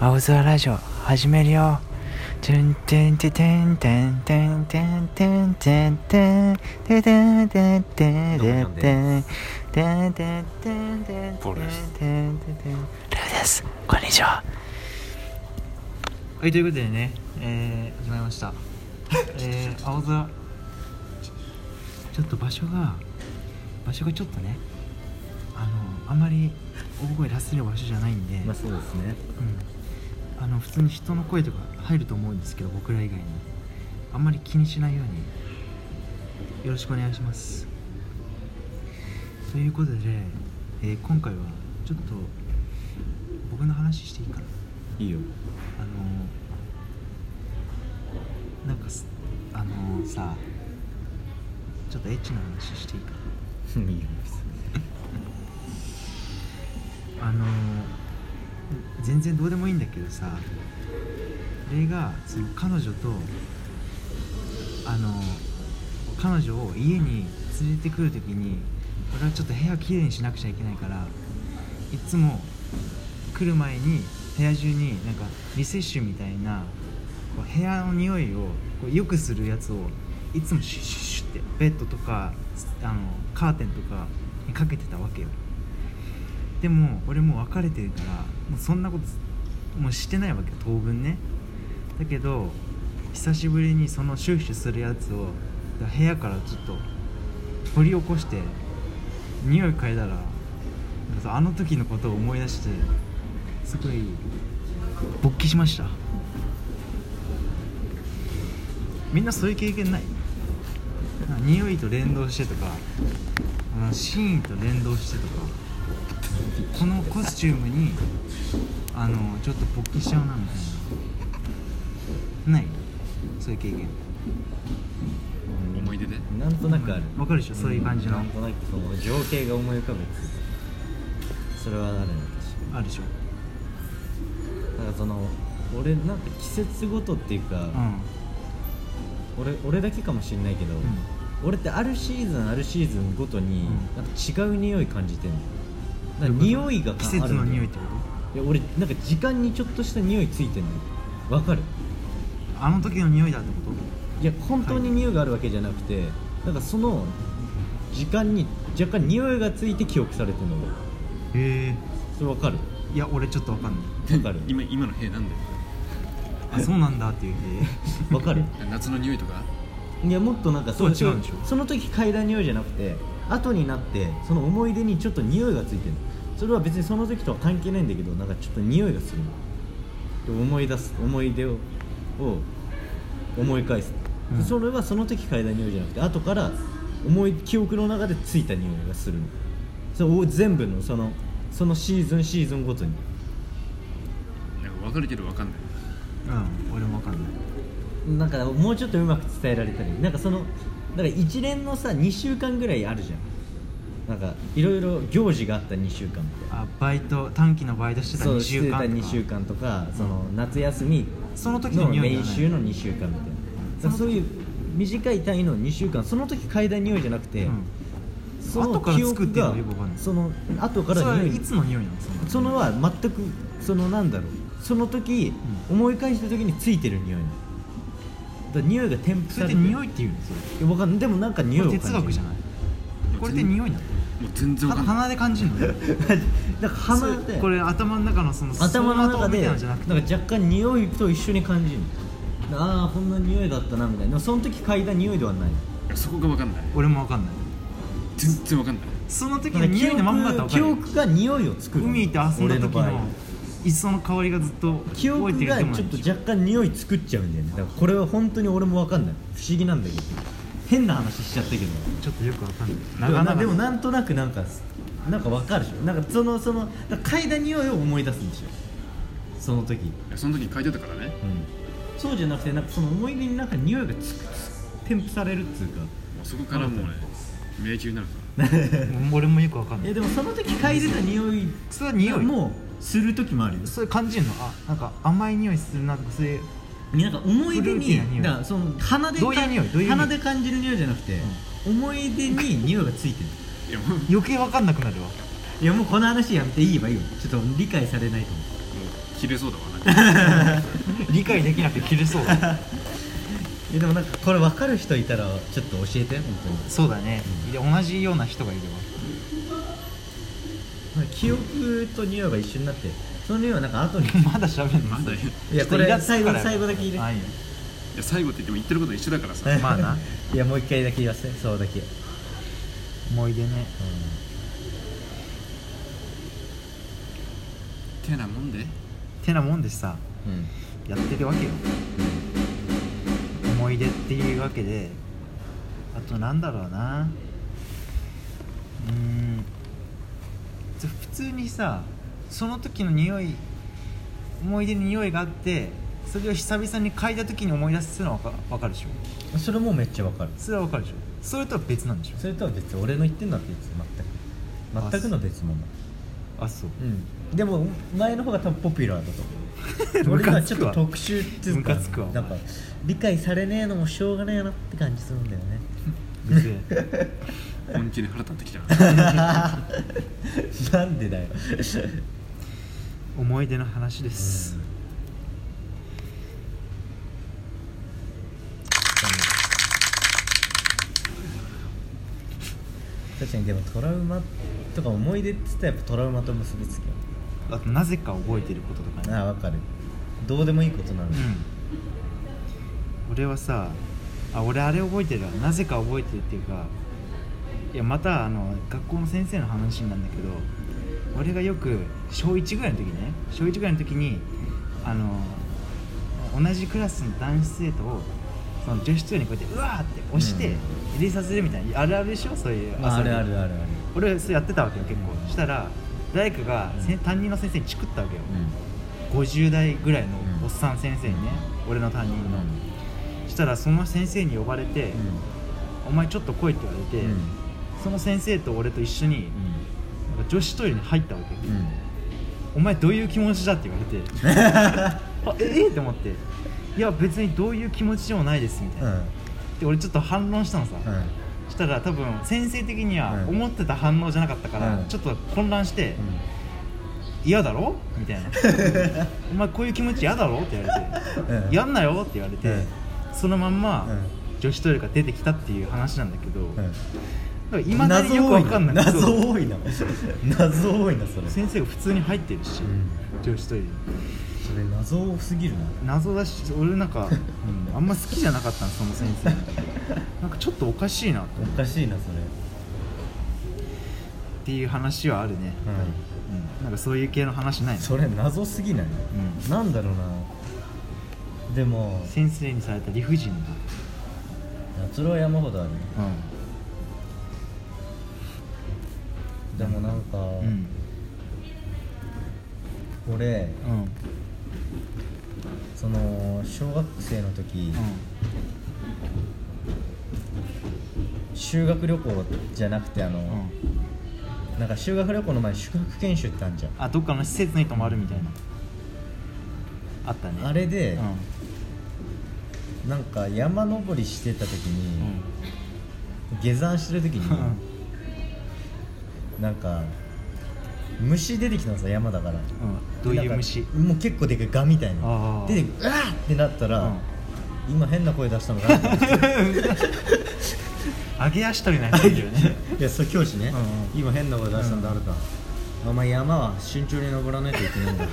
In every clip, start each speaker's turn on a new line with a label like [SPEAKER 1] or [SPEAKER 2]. [SPEAKER 1] 青空ラジオ始めるよてんてんてんてんてんてんてんてんてんてんてんてんてんてんてんてんてんてんてんてん
[SPEAKER 2] ポールです
[SPEAKER 1] てんてんてんルーですこんにちは
[SPEAKER 3] はいということでね、えー、始まりましたえー、青空ちょっと場所が場所がちょっとねあのあんまり大声出せる場所じゃないんで、
[SPEAKER 2] まあそうですね
[SPEAKER 3] うん、あの普通に人の声とか入ると思うんですけど僕ら以外にあんまり気にしないようによろしくお願いしますということで、えー今回はちょっと僕の話していいかない
[SPEAKER 2] いよ
[SPEAKER 3] あのなんかすあのさちょっとエッチな話していいか
[SPEAKER 2] いいよ
[SPEAKER 3] なあの全然どうでもいいんだけどさ俺がその彼女とあの彼女を家に連れてくるときに俺はちょっと部屋きれいにしなくちゃいけないからいつも来る前に部屋中になんかリセッシュみたいなこう部屋の匂いをこう良くするやつをいつもシュッシュッシュッってベッドとかあのカーテンとかにかけてたわけよでも俺もう別れてるからもうそんなこともうしてないわけよ当分ねだけど久しぶりにそのシュッシュするやつを部屋からちょっと掘り起こして匂い嗅いだらなんかさあの時のことを思い出してすごい勃起しましたみんなそういう経験ないなんか匂いと連動してとかあのシーンと連動してとかこのコスチュームにあのちょっと勃起しちゃうなみたいなないそういう経験
[SPEAKER 2] 思い出でなんとなくある
[SPEAKER 3] わかるでしょそういう感じの
[SPEAKER 2] なんとなくその情景が思い浮かぶそれはあるね
[SPEAKER 3] あるでしょ
[SPEAKER 2] 私なんかその俺なんか季節ごとっていうか、
[SPEAKER 3] うん
[SPEAKER 2] 俺俺だけかもしれないけど、
[SPEAKER 3] ん
[SPEAKER 2] 俺ってあるシーズンあるシーズンごとに、なんか違う匂い感じてんのな
[SPEAKER 3] ど
[SPEAKER 2] ん
[SPEAKER 3] う
[SPEAKER 2] か
[SPEAKER 3] いうこと
[SPEAKER 2] 匂いがか
[SPEAKER 3] 季節の匂いって
[SPEAKER 2] あ
[SPEAKER 3] こ
[SPEAKER 2] るんだよいや俺なんか時間にちょっとした匂いついてんのよわかる
[SPEAKER 3] とあの時の匂いだってこと
[SPEAKER 2] いや本当に匂いがあるわけじゃなくて、なんかその時間に若干匂いがついて記憶されてるの俺
[SPEAKER 3] へえ
[SPEAKER 2] それわかる
[SPEAKER 3] いや俺ちょっとわ かんない
[SPEAKER 2] わかる
[SPEAKER 4] 今今の塀なんだよ
[SPEAKER 3] あそうなんだっていう
[SPEAKER 2] わかる
[SPEAKER 4] 夏の匂いとか
[SPEAKER 2] いやもっとなんかその時
[SPEAKER 3] とは違うんでしょ
[SPEAKER 2] その時嗅いだ匂いじゃなくて後になってその思い出にちょっと匂いがついてるそれは別にその時とは関係ないんだけどなんかちょっと匂いがするので思い出す思い出をを思い返す、
[SPEAKER 3] うん
[SPEAKER 2] それはその時嗅いだ匂いじゃなくて後から思い記憶の中でついた匂いがするのそれを全部のそのそのシーズンシーズンごとに
[SPEAKER 4] なんか分かるけど分かんない
[SPEAKER 3] うん俺もわかんない
[SPEAKER 2] なんかもうちょっとうまく伝えられたらいいなんかそのだから一連のさ2週間ぐらいあるじゃんなんかいろいろ行事があった2週間みたいな
[SPEAKER 3] あバイト短期のバイトしてた
[SPEAKER 2] そう
[SPEAKER 3] 2週間とか
[SPEAKER 2] してた2週間とかその夏休み
[SPEAKER 3] その時の匂いじゃ
[SPEAKER 2] 練
[SPEAKER 3] ない
[SPEAKER 2] 習の2週間みたいななんかそういう短い単位の2週間その時嗅いだ匂いじゃなくて、
[SPEAKER 3] うん
[SPEAKER 2] その
[SPEAKER 3] 後から
[SPEAKER 2] 記憶
[SPEAKER 3] 作ってんの
[SPEAKER 2] が
[SPEAKER 3] よくわかんない
[SPEAKER 2] その後か
[SPEAKER 3] それ
[SPEAKER 2] ら
[SPEAKER 3] は
[SPEAKER 2] 匂
[SPEAKER 3] い
[SPEAKER 2] い
[SPEAKER 3] つの匂いなのその
[SPEAKER 2] そのは全くそのなんだろうその時、思い返した時についてる匂いなのだから匂いが添付
[SPEAKER 3] そ
[SPEAKER 2] さ
[SPEAKER 3] れ
[SPEAKER 2] れ
[SPEAKER 3] ってて匂いっていうのそれ
[SPEAKER 2] いやわかんないでもなんか匂いを
[SPEAKER 3] これ
[SPEAKER 2] 感じ
[SPEAKER 3] 哲
[SPEAKER 2] る
[SPEAKER 3] 学じゃないこれって匂いなの
[SPEAKER 4] もう全然分かんない
[SPEAKER 3] 鼻で感じるの
[SPEAKER 2] なんか鼻で
[SPEAKER 3] これ頭の中のその
[SPEAKER 2] 頭の
[SPEAKER 3] 走馬灯
[SPEAKER 2] 中で
[SPEAKER 3] みたいな
[SPEAKER 2] なん
[SPEAKER 3] のじゃなくて
[SPEAKER 2] か若干匂いと一緒に感じるのああこんな匂いだったなみたいなでもその時嗅いだ匂いではない
[SPEAKER 4] いやそこが分かんない
[SPEAKER 3] 俺もわかんない
[SPEAKER 4] 全然分かんない
[SPEAKER 3] その時
[SPEAKER 2] なん
[SPEAKER 3] の
[SPEAKER 2] か
[SPEAKER 3] 匂いのまんまだったらわか
[SPEAKER 2] 記
[SPEAKER 3] るよ
[SPEAKER 2] 憶が匂いを作るの
[SPEAKER 3] 海行って遊んだ
[SPEAKER 2] 俺の
[SPEAKER 3] 時
[SPEAKER 2] 場合
[SPEAKER 3] の磯の香りがずっと
[SPEAKER 2] 記
[SPEAKER 3] 覚え
[SPEAKER 2] 憶
[SPEAKER 3] てる
[SPEAKER 2] が
[SPEAKER 3] でもな
[SPEAKER 2] ちょ
[SPEAKER 3] い
[SPEAKER 2] っと
[SPEAKER 3] でしょ
[SPEAKER 2] 若干匂い作っちゃうんだよねだからこれは本当に俺も分かんない不思議なんだけど変な話しちゃったけど
[SPEAKER 3] ちょっとよくわかんない
[SPEAKER 2] でも
[SPEAKER 3] 長
[SPEAKER 2] な
[SPEAKER 3] 々
[SPEAKER 2] でもなんとなくなんかなんか分かるでしょなんかそのそのだから嗅いだ匂いを思い出すんでしょその時
[SPEAKER 4] いやその時書いてたからね
[SPEAKER 2] うん、そうじゃなくてなんかその思い出になんか匂いがつくつ添付されるっつうか
[SPEAKER 4] もうそこからもうね迷宮になるか
[SPEAKER 3] もう俺もよくわかんない
[SPEAKER 2] えでもその時嗅いでた匂い
[SPEAKER 3] それは匂い
[SPEAKER 2] もうする時もあるよ
[SPEAKER 3] それ感じるのあなんか甘い匂いするなとかそういう
[SPEAKER 2] なんか思い出
[SPEAKER 3] フルーティーな匂
[SPEAKER 2] に
[SPEAKER 3] い
[SPEAKER 2] だからその鼻で
[SPEAKER 3] どういう匂いどういう匂い
[SPEAKER 2] 鼻で感じる匂いじゃなくて、思い出に匂いがついてる
[SPEAKER 4] らいやもうもう
[SPEAKER 3] 余計わかんなくなるわ
[SPEAKER 2] いやもうこの話やめていいわいいわちょっと理解されないと思う
[SPEAKER 4] 切れそうだわなんか
[SPEAKER 3] 理解できなくて切れそうだ
[SPEAKER 2] えでもなんかこれ分かる人いたらちょっと教えて本当に
[SPEAKER 3] そうだね、で同じような人がいれば
[SPEAKER 2] なんか記憶と匂いが一緒になってその匂いはなんか 後に
[SPEAKER 3] まだ喋んの
[SPEAKER 4] ま だいい
[SPEAKER 2] いやこ
[SPEAKER 3] ちょ
[SPEAKER 2] れ
[SPEAKER 3] っとイラつ
[SPEAKER 2] 最
[SPEAKER 3] くか
[SPEAKER 2] 後
[SPEAKER 3] ら
[SPEAKER 2] 最後だけ入れ
[SPEAKER 3] あいいよ
[SPEAKER 4] や最後って言っても言ってること一緒だからさ
[SPEAKER 3] まあない
[SPEAKER 2] やもう一回だけ言わせてそうだけ、うん
[SPEAKER 3] 思い出ね
[SPEAKER 4] てなもんで
[SPEAKER 3] てなもんでさ
[SPEAKER 2] うん
[SPEAKER 3] やってるわけよ思い出っていうわけであとなんだろうなうーんつ普通にさその時の匂い思い出に匂いがあってそれを久々に嗅いだ時に思い出すっていうのはわかわかるでしょ
[SPEAKER 2] それもめっちゃ分かる
[SPEAKER 3] それはわかるでしょそれとは別なんでしょ
[SPEAKER 2] それとは別に俺の言ってんのは別全く全くの別物
[SPEAKER 3] あそう
[SPEAKER 2] うんでも前の方が多分ポピュラーだと 思う
[SPEAKER 3] ム
[SPEAKER 2] 俺
[SPEAKER 3] カ
[SPEAKER 2] は
[SPEAKER 3] つ
[SPEAKER 2] ちょっ
[SPEAKER 3] くわ
[SPEAKER 2] と特殊っていうか
[SPEAKER 3] ムカつくわお
[SPEAKER 2] な
[SPEAKER 3] 前
[SPEAKER 2] んか理解されねえのもしょうがねえなって感じするんだよ ね
[SPEAKER 3] うぜえ
[SPEAKER 4] 本気に腹立ってきたな
[SPEAKER 2] なんでだよ
[SPEAKER 3] 思い出の話です、
[SPEAKER 2] 確かにでもトラウマとか思い出って言ったらやっぱトラウマと結びつくよ
[SPEAKER 3] あとなぜか覚えてることとかね
[SPEAKER 2] ああ分かるどうでもいいことなのに、
[SPEAKER 3] うん、俺はさあ俺あれ覚えてるわなぜか覚えてるっていうかいやまたあの学校の先生の話なんだけど俺がよく小1ぐらいの時ね小1ぐらいの時にあの同じクラスの男子生徒をその女子トイレにこうやってうわーって押して
[SPEAKER 2] うん
[SPEAKER 3] 入れさせるみたいな、あるあるでしょそういう遊び
[SPEAKER 2] まあ、あるあるあるある
[SPEAKER 3] 俺それやってたわけよ結構そしたら誰かがせん担任の先生にチクったわけよ、50代ぐらいのおっさん先生にね、俺の担任の、そしたらその先生に呼ばれて
[SPEAKER 2] うん
[SPEAKER 3] 「お前ちょっと来い」って言われて、
[SPEAKER 2] うん
[SPEAKER 3] その先生と俺と一緒になんか女子トイレに入ったわけ、
[SPEAKER 2] うんうん
[SPEAKER 3] お前どういう気持ちだ?」って言われて あええって思って「いや別にどういう気持ちでもないです」みたいな、で俺ちょっと反論したのさ、
[SPEAKER 2] うん
[SPEAKER 3] そしたら多分先生的には
[SPEAKER 2] うん
[SPEAKER 3] 思ってた反応じゃなかったから、
[SPEAKER 2] うん
[SPEAKER 3] ちょっと混乱して「嫌だろ?」みたい な「お前こういう気持ち嫌だろ?」って言われて
[SPEAKER 2] う
[SPEAKER 3] 「
[SPEAKER 2] ん
[SPEAKER 3] やんなよ」って言われて、
[SPEAKER 2] うん
[SPEAKER 3] そのまんま、
[SPEAKER 2] う
[SPEAKER 3] 女子トイレから出てきたっていう話なんだけど、
[SPEAKER 2] うんうん
[SPEAKER 3] 今だによくわかんない
[SPEAKER 2] 謎
[SPEAKER 3] そう
[SPEAKER 2] 多いな謎多いなそれ
[SPEAKER 3] 先生が普通に入ってるし、女子トイレに
[SPEAKER 2] それ謎多すぎるな
[SPEAKER 3] 謎だし俺なんか、うんあんま好きじゃなかったのその先 生なんかちょっとおかしいなと
[SPEAKER 2] おかしいなそ
[SPEAKER 3] っ
[SPEAKER 2] れ
[SPEAKER 3] ていう話はあるね、うん、なんかそういう系の話ないの
[SPEAKER 2] それ謎すぎない、
[SPEAKER 3] う
[SPEAKER 2] なんだろうなでも
[SPEAKER 3] 先生にされた理不尽な
[SPEAKER 2] それは山ほどある
[SPEAKER 3] う
[SPEAKER 2] でもなんか、
[SPEAKER 3] ん
[SPEAKER 2] 俺
[SPEAKER 3] うんうん
[SPEAKER 2] その小学生の時、修学旅行じゃなくてあの、
[SPEAKER 3] うん、うん、
[SPEAKER 2] なんか修学旅行の前に宿泊研修ってあるじゃん
[SPEAKER 3] あどっかの施設に泊まるみたいなあったね
[SPEAKER 2] あれで、
[SPEAKER 3] うん
[SPEAKER 2] なんか山登りしてた時
[SPEAKER 3] う
[SPEAKER 2] に、
[SPEAKER 3] ん
[SPEAKER 2] 下山してる時に、なんか虫出てきたんですよ山だから
[SPEAKER 3] うんどういう虫
[SPEAKER 2] なんかもう結構でかいガみたい
[SPEAKER 3] あ
[SPEAKER 2] な
[SPEAKER 3] ー
[SPEAKER 2] 出てくるうわーってなったら、
[SPEAKER 3] うん
[SPEAKER 2] 今変な声出したのかなって思って
[SPEAKER 3] 揚げ足取りないといいよね
[SPEAKER 2] いやそれ教師ね、
[SPEAKER 3] う
[SPEAKER 2] 今変な声出したんだ、あるかお前山は慎重に登らないといけないんだ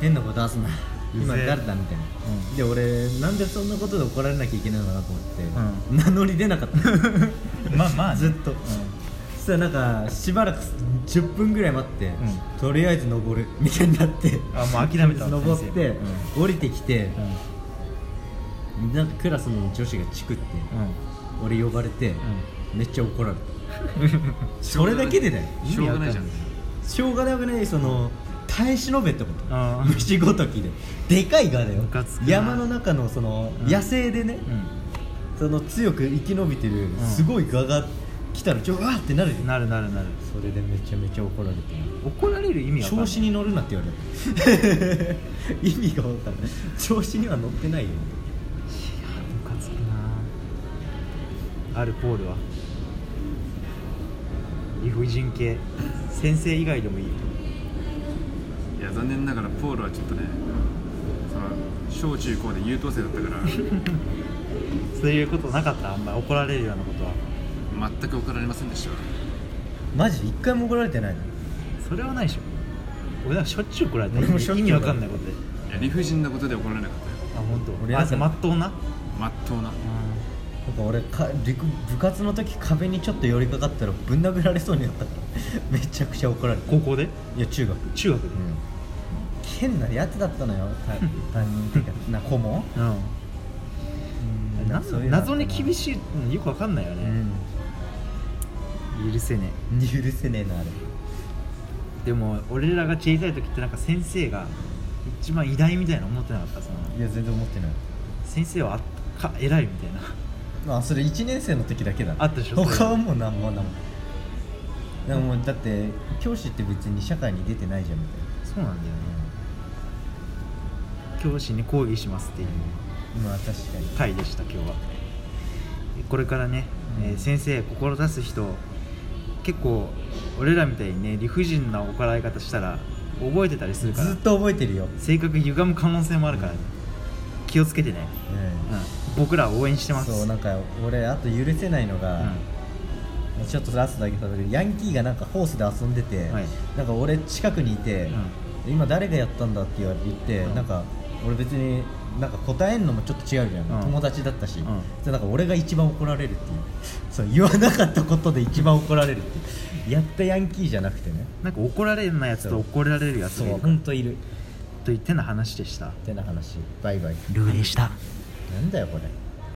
[SPEAKER 2] 変な声出すな今
[SPEAKER 3] うぜえ
[SPEAKER 2] 誰だみたいな、
[SPEAKER 3] うん
[SPEAKER 2] で俺なんでそんなことで怒られなきゃいけないのかなと思って、
[SPEAKER 3] う
[SPEAKER 2] 名乗り出なかった
[SPEAKER 3] まあまあね
[SPEAKER 2] ずっと、そしたらなんかしばらく10分ぐらい待って、
[SPEAKER 3] ん
[SPEAKER 2] とりあえず登るみたいになって
[SPEAKER 3] あもう諦めたの
[SPEAKER 2] 登っ
[SPEAKER 3] 先生
[SPEAKER 2] て、降りてきて、なんかクラスの女子がチクって、俺呼ばれて、めっちゃ怒られた それだけでだよ
[SPEAKER 4] しょうがないじゃん
[SPEAKER 3] 意味
[SPEAKER 2] しょうがなくないその耐え忍べってこ
[SPEAKER 3] あ
[SPEAKER 2] と
[SPEAKER 3] ー
[SPEAKER 2] 虫ごときででかいがだよ
[SPEAKER 3] ムカつくな
[SPEAKER 2] 山の中のその
[SPEAKER 3] ん
[SPEAKER 2] 野生でね、その強く生き延びてるすごい蛾が来たらちょうわーってなるじゃん
[SPEAKER 3] なるなるなる
[SPEAKER 2] それでめちゃめちゃ怒られて
[SPEAKER 3] 怒られる意味は
[SPEAKER 2] 調子に乗るなって言われた 意味が分かんない調子には乗ってないよ
[SPEAKER 3] ムカつくなあるポールは理不尽系先生以外でもいい
[SPEAKER 4] いや残念ながらポールはちょっとねその小中高で優等生だったから
[SPEAKER 3] そういうことなかったあんまり怒られるようなことは
[SPEAKER 4] 全く怒られませんでした
[SPEAKER 2] マジで一回も怒られてないの
[SPEAKER 3] それはないでしょ俺なんかしょっちゅう怒られた
[SPEAKER 2] 俺もしょっち
[SPEAKER 3] 意
[SPEAKER 2] ゅう
[SPEAKER 3] 味わかんないことで
[SPEAKER 4] いや理不尽なことで怒られなかったよ
[SPEAKER 3] あ本当。
[SPEAKER 2] 俺
[SPEAKER 3] あ
[SPEAKER 2] はさ
[SPEAKER 3] まっとうな
[SPEAKER 4] まっとうな
[SPEAKER 2] なんか俺か陸部活の時壁にちょっと寄りかかったらぶん殴られそうになった からめちゃくちゃ怒られたい
[SPEAKER 3] 高校で
[SPEAKER 2] や中学うん
[SPEAKER 3] 中学で
[SPEAKER 2] 変なやつだったのよ た担任っていうかな顧問
[SPEAKER 3] うん
[SPEAKER 2] うんなんかそういうのあった
[SPEAKER 3] 謎に厳しいのよくわかんないよ
[SPEAKER 2] う
[SPEAKER 3] ね、
[SPEAKER 2] ん
[SPEAKER 3] 許せね
[SPEAKER 2] 許せねえなあれ
[SPEAKER 3] えでも俺らが小さい時ってなんか先生が一番偉大みたいなの思ってなかったその
[SPEAKER 2] いや全然思ってない
[SPEAKER 3] 先生はあか偉いみたいな
[SPEAKER 2] まあそれ1年生の時だけだ
[SPEAKER 3] あったでしょそれ
[SPEAKER 2] 他はもう何も何もでももうだって教師って別に社会に出てないじゃんみたい
[SPEAKER 3] そ
[SPEAKER 2] な
[SPEAKER 3] うなんだよね教師に抗議しますっていう
[SPEAKER 2] まあ確かに
[SPEAKER 3] 回でした今日はこれからね、
[SPEAKER 2] うん
[SPEAKER 3] えー先生志す人結構俺らみたいにね理不尽な怒られ方したら覚えてたりするから
[SPEAKER 2] ずっと覚えてるよ、
[SPEAKER 3] 性格歪む可能性もあるからね、気をつけてね、
[SPEAKER 2] うん
[SPEAKER 3] うん、僕らは応援してます
[SPEAKER 2] そうなんか俺あと許せないのが、ちょっとラストだけ食べるヤンキーがなんかホースで遊んでて、
[SPEAKER 3] はい
[SPEAKER 2] なんか俺近くにいて、今誰がやったんだって言われ言って、
[SPEAKER 3] うん
[SPEAKER 2] なんか俺別になんか答えんのもちょっと違うじゃ
[SPEAKER 3] う
[SPEAKER 2] ん、
[SPEAKER 3] ん
[SPEAKER 2] 友達だったし、
[SPEAKER 3] うん
[SPEAKER 2] でなんか俺が一番怒られるっていうそう言わなかったことで一番怒られるっていうやったヤンキーじゃなくてね
[SPEAKER 3] うん、なんか怒られないやつと怒られるやつ
[SPEAKER 2] そ
[SPEAKER 3] が
[SPEAKER 2] う
[SPEAKER 3] いる
[SPEAKER 2] 本当いる
[SPEAKER 3] という手の話でした
[SPEAKER 2] ってな話バイバイ
[SPEAKER 1] ルーでした
[SPEAKER 2] なんだよこれ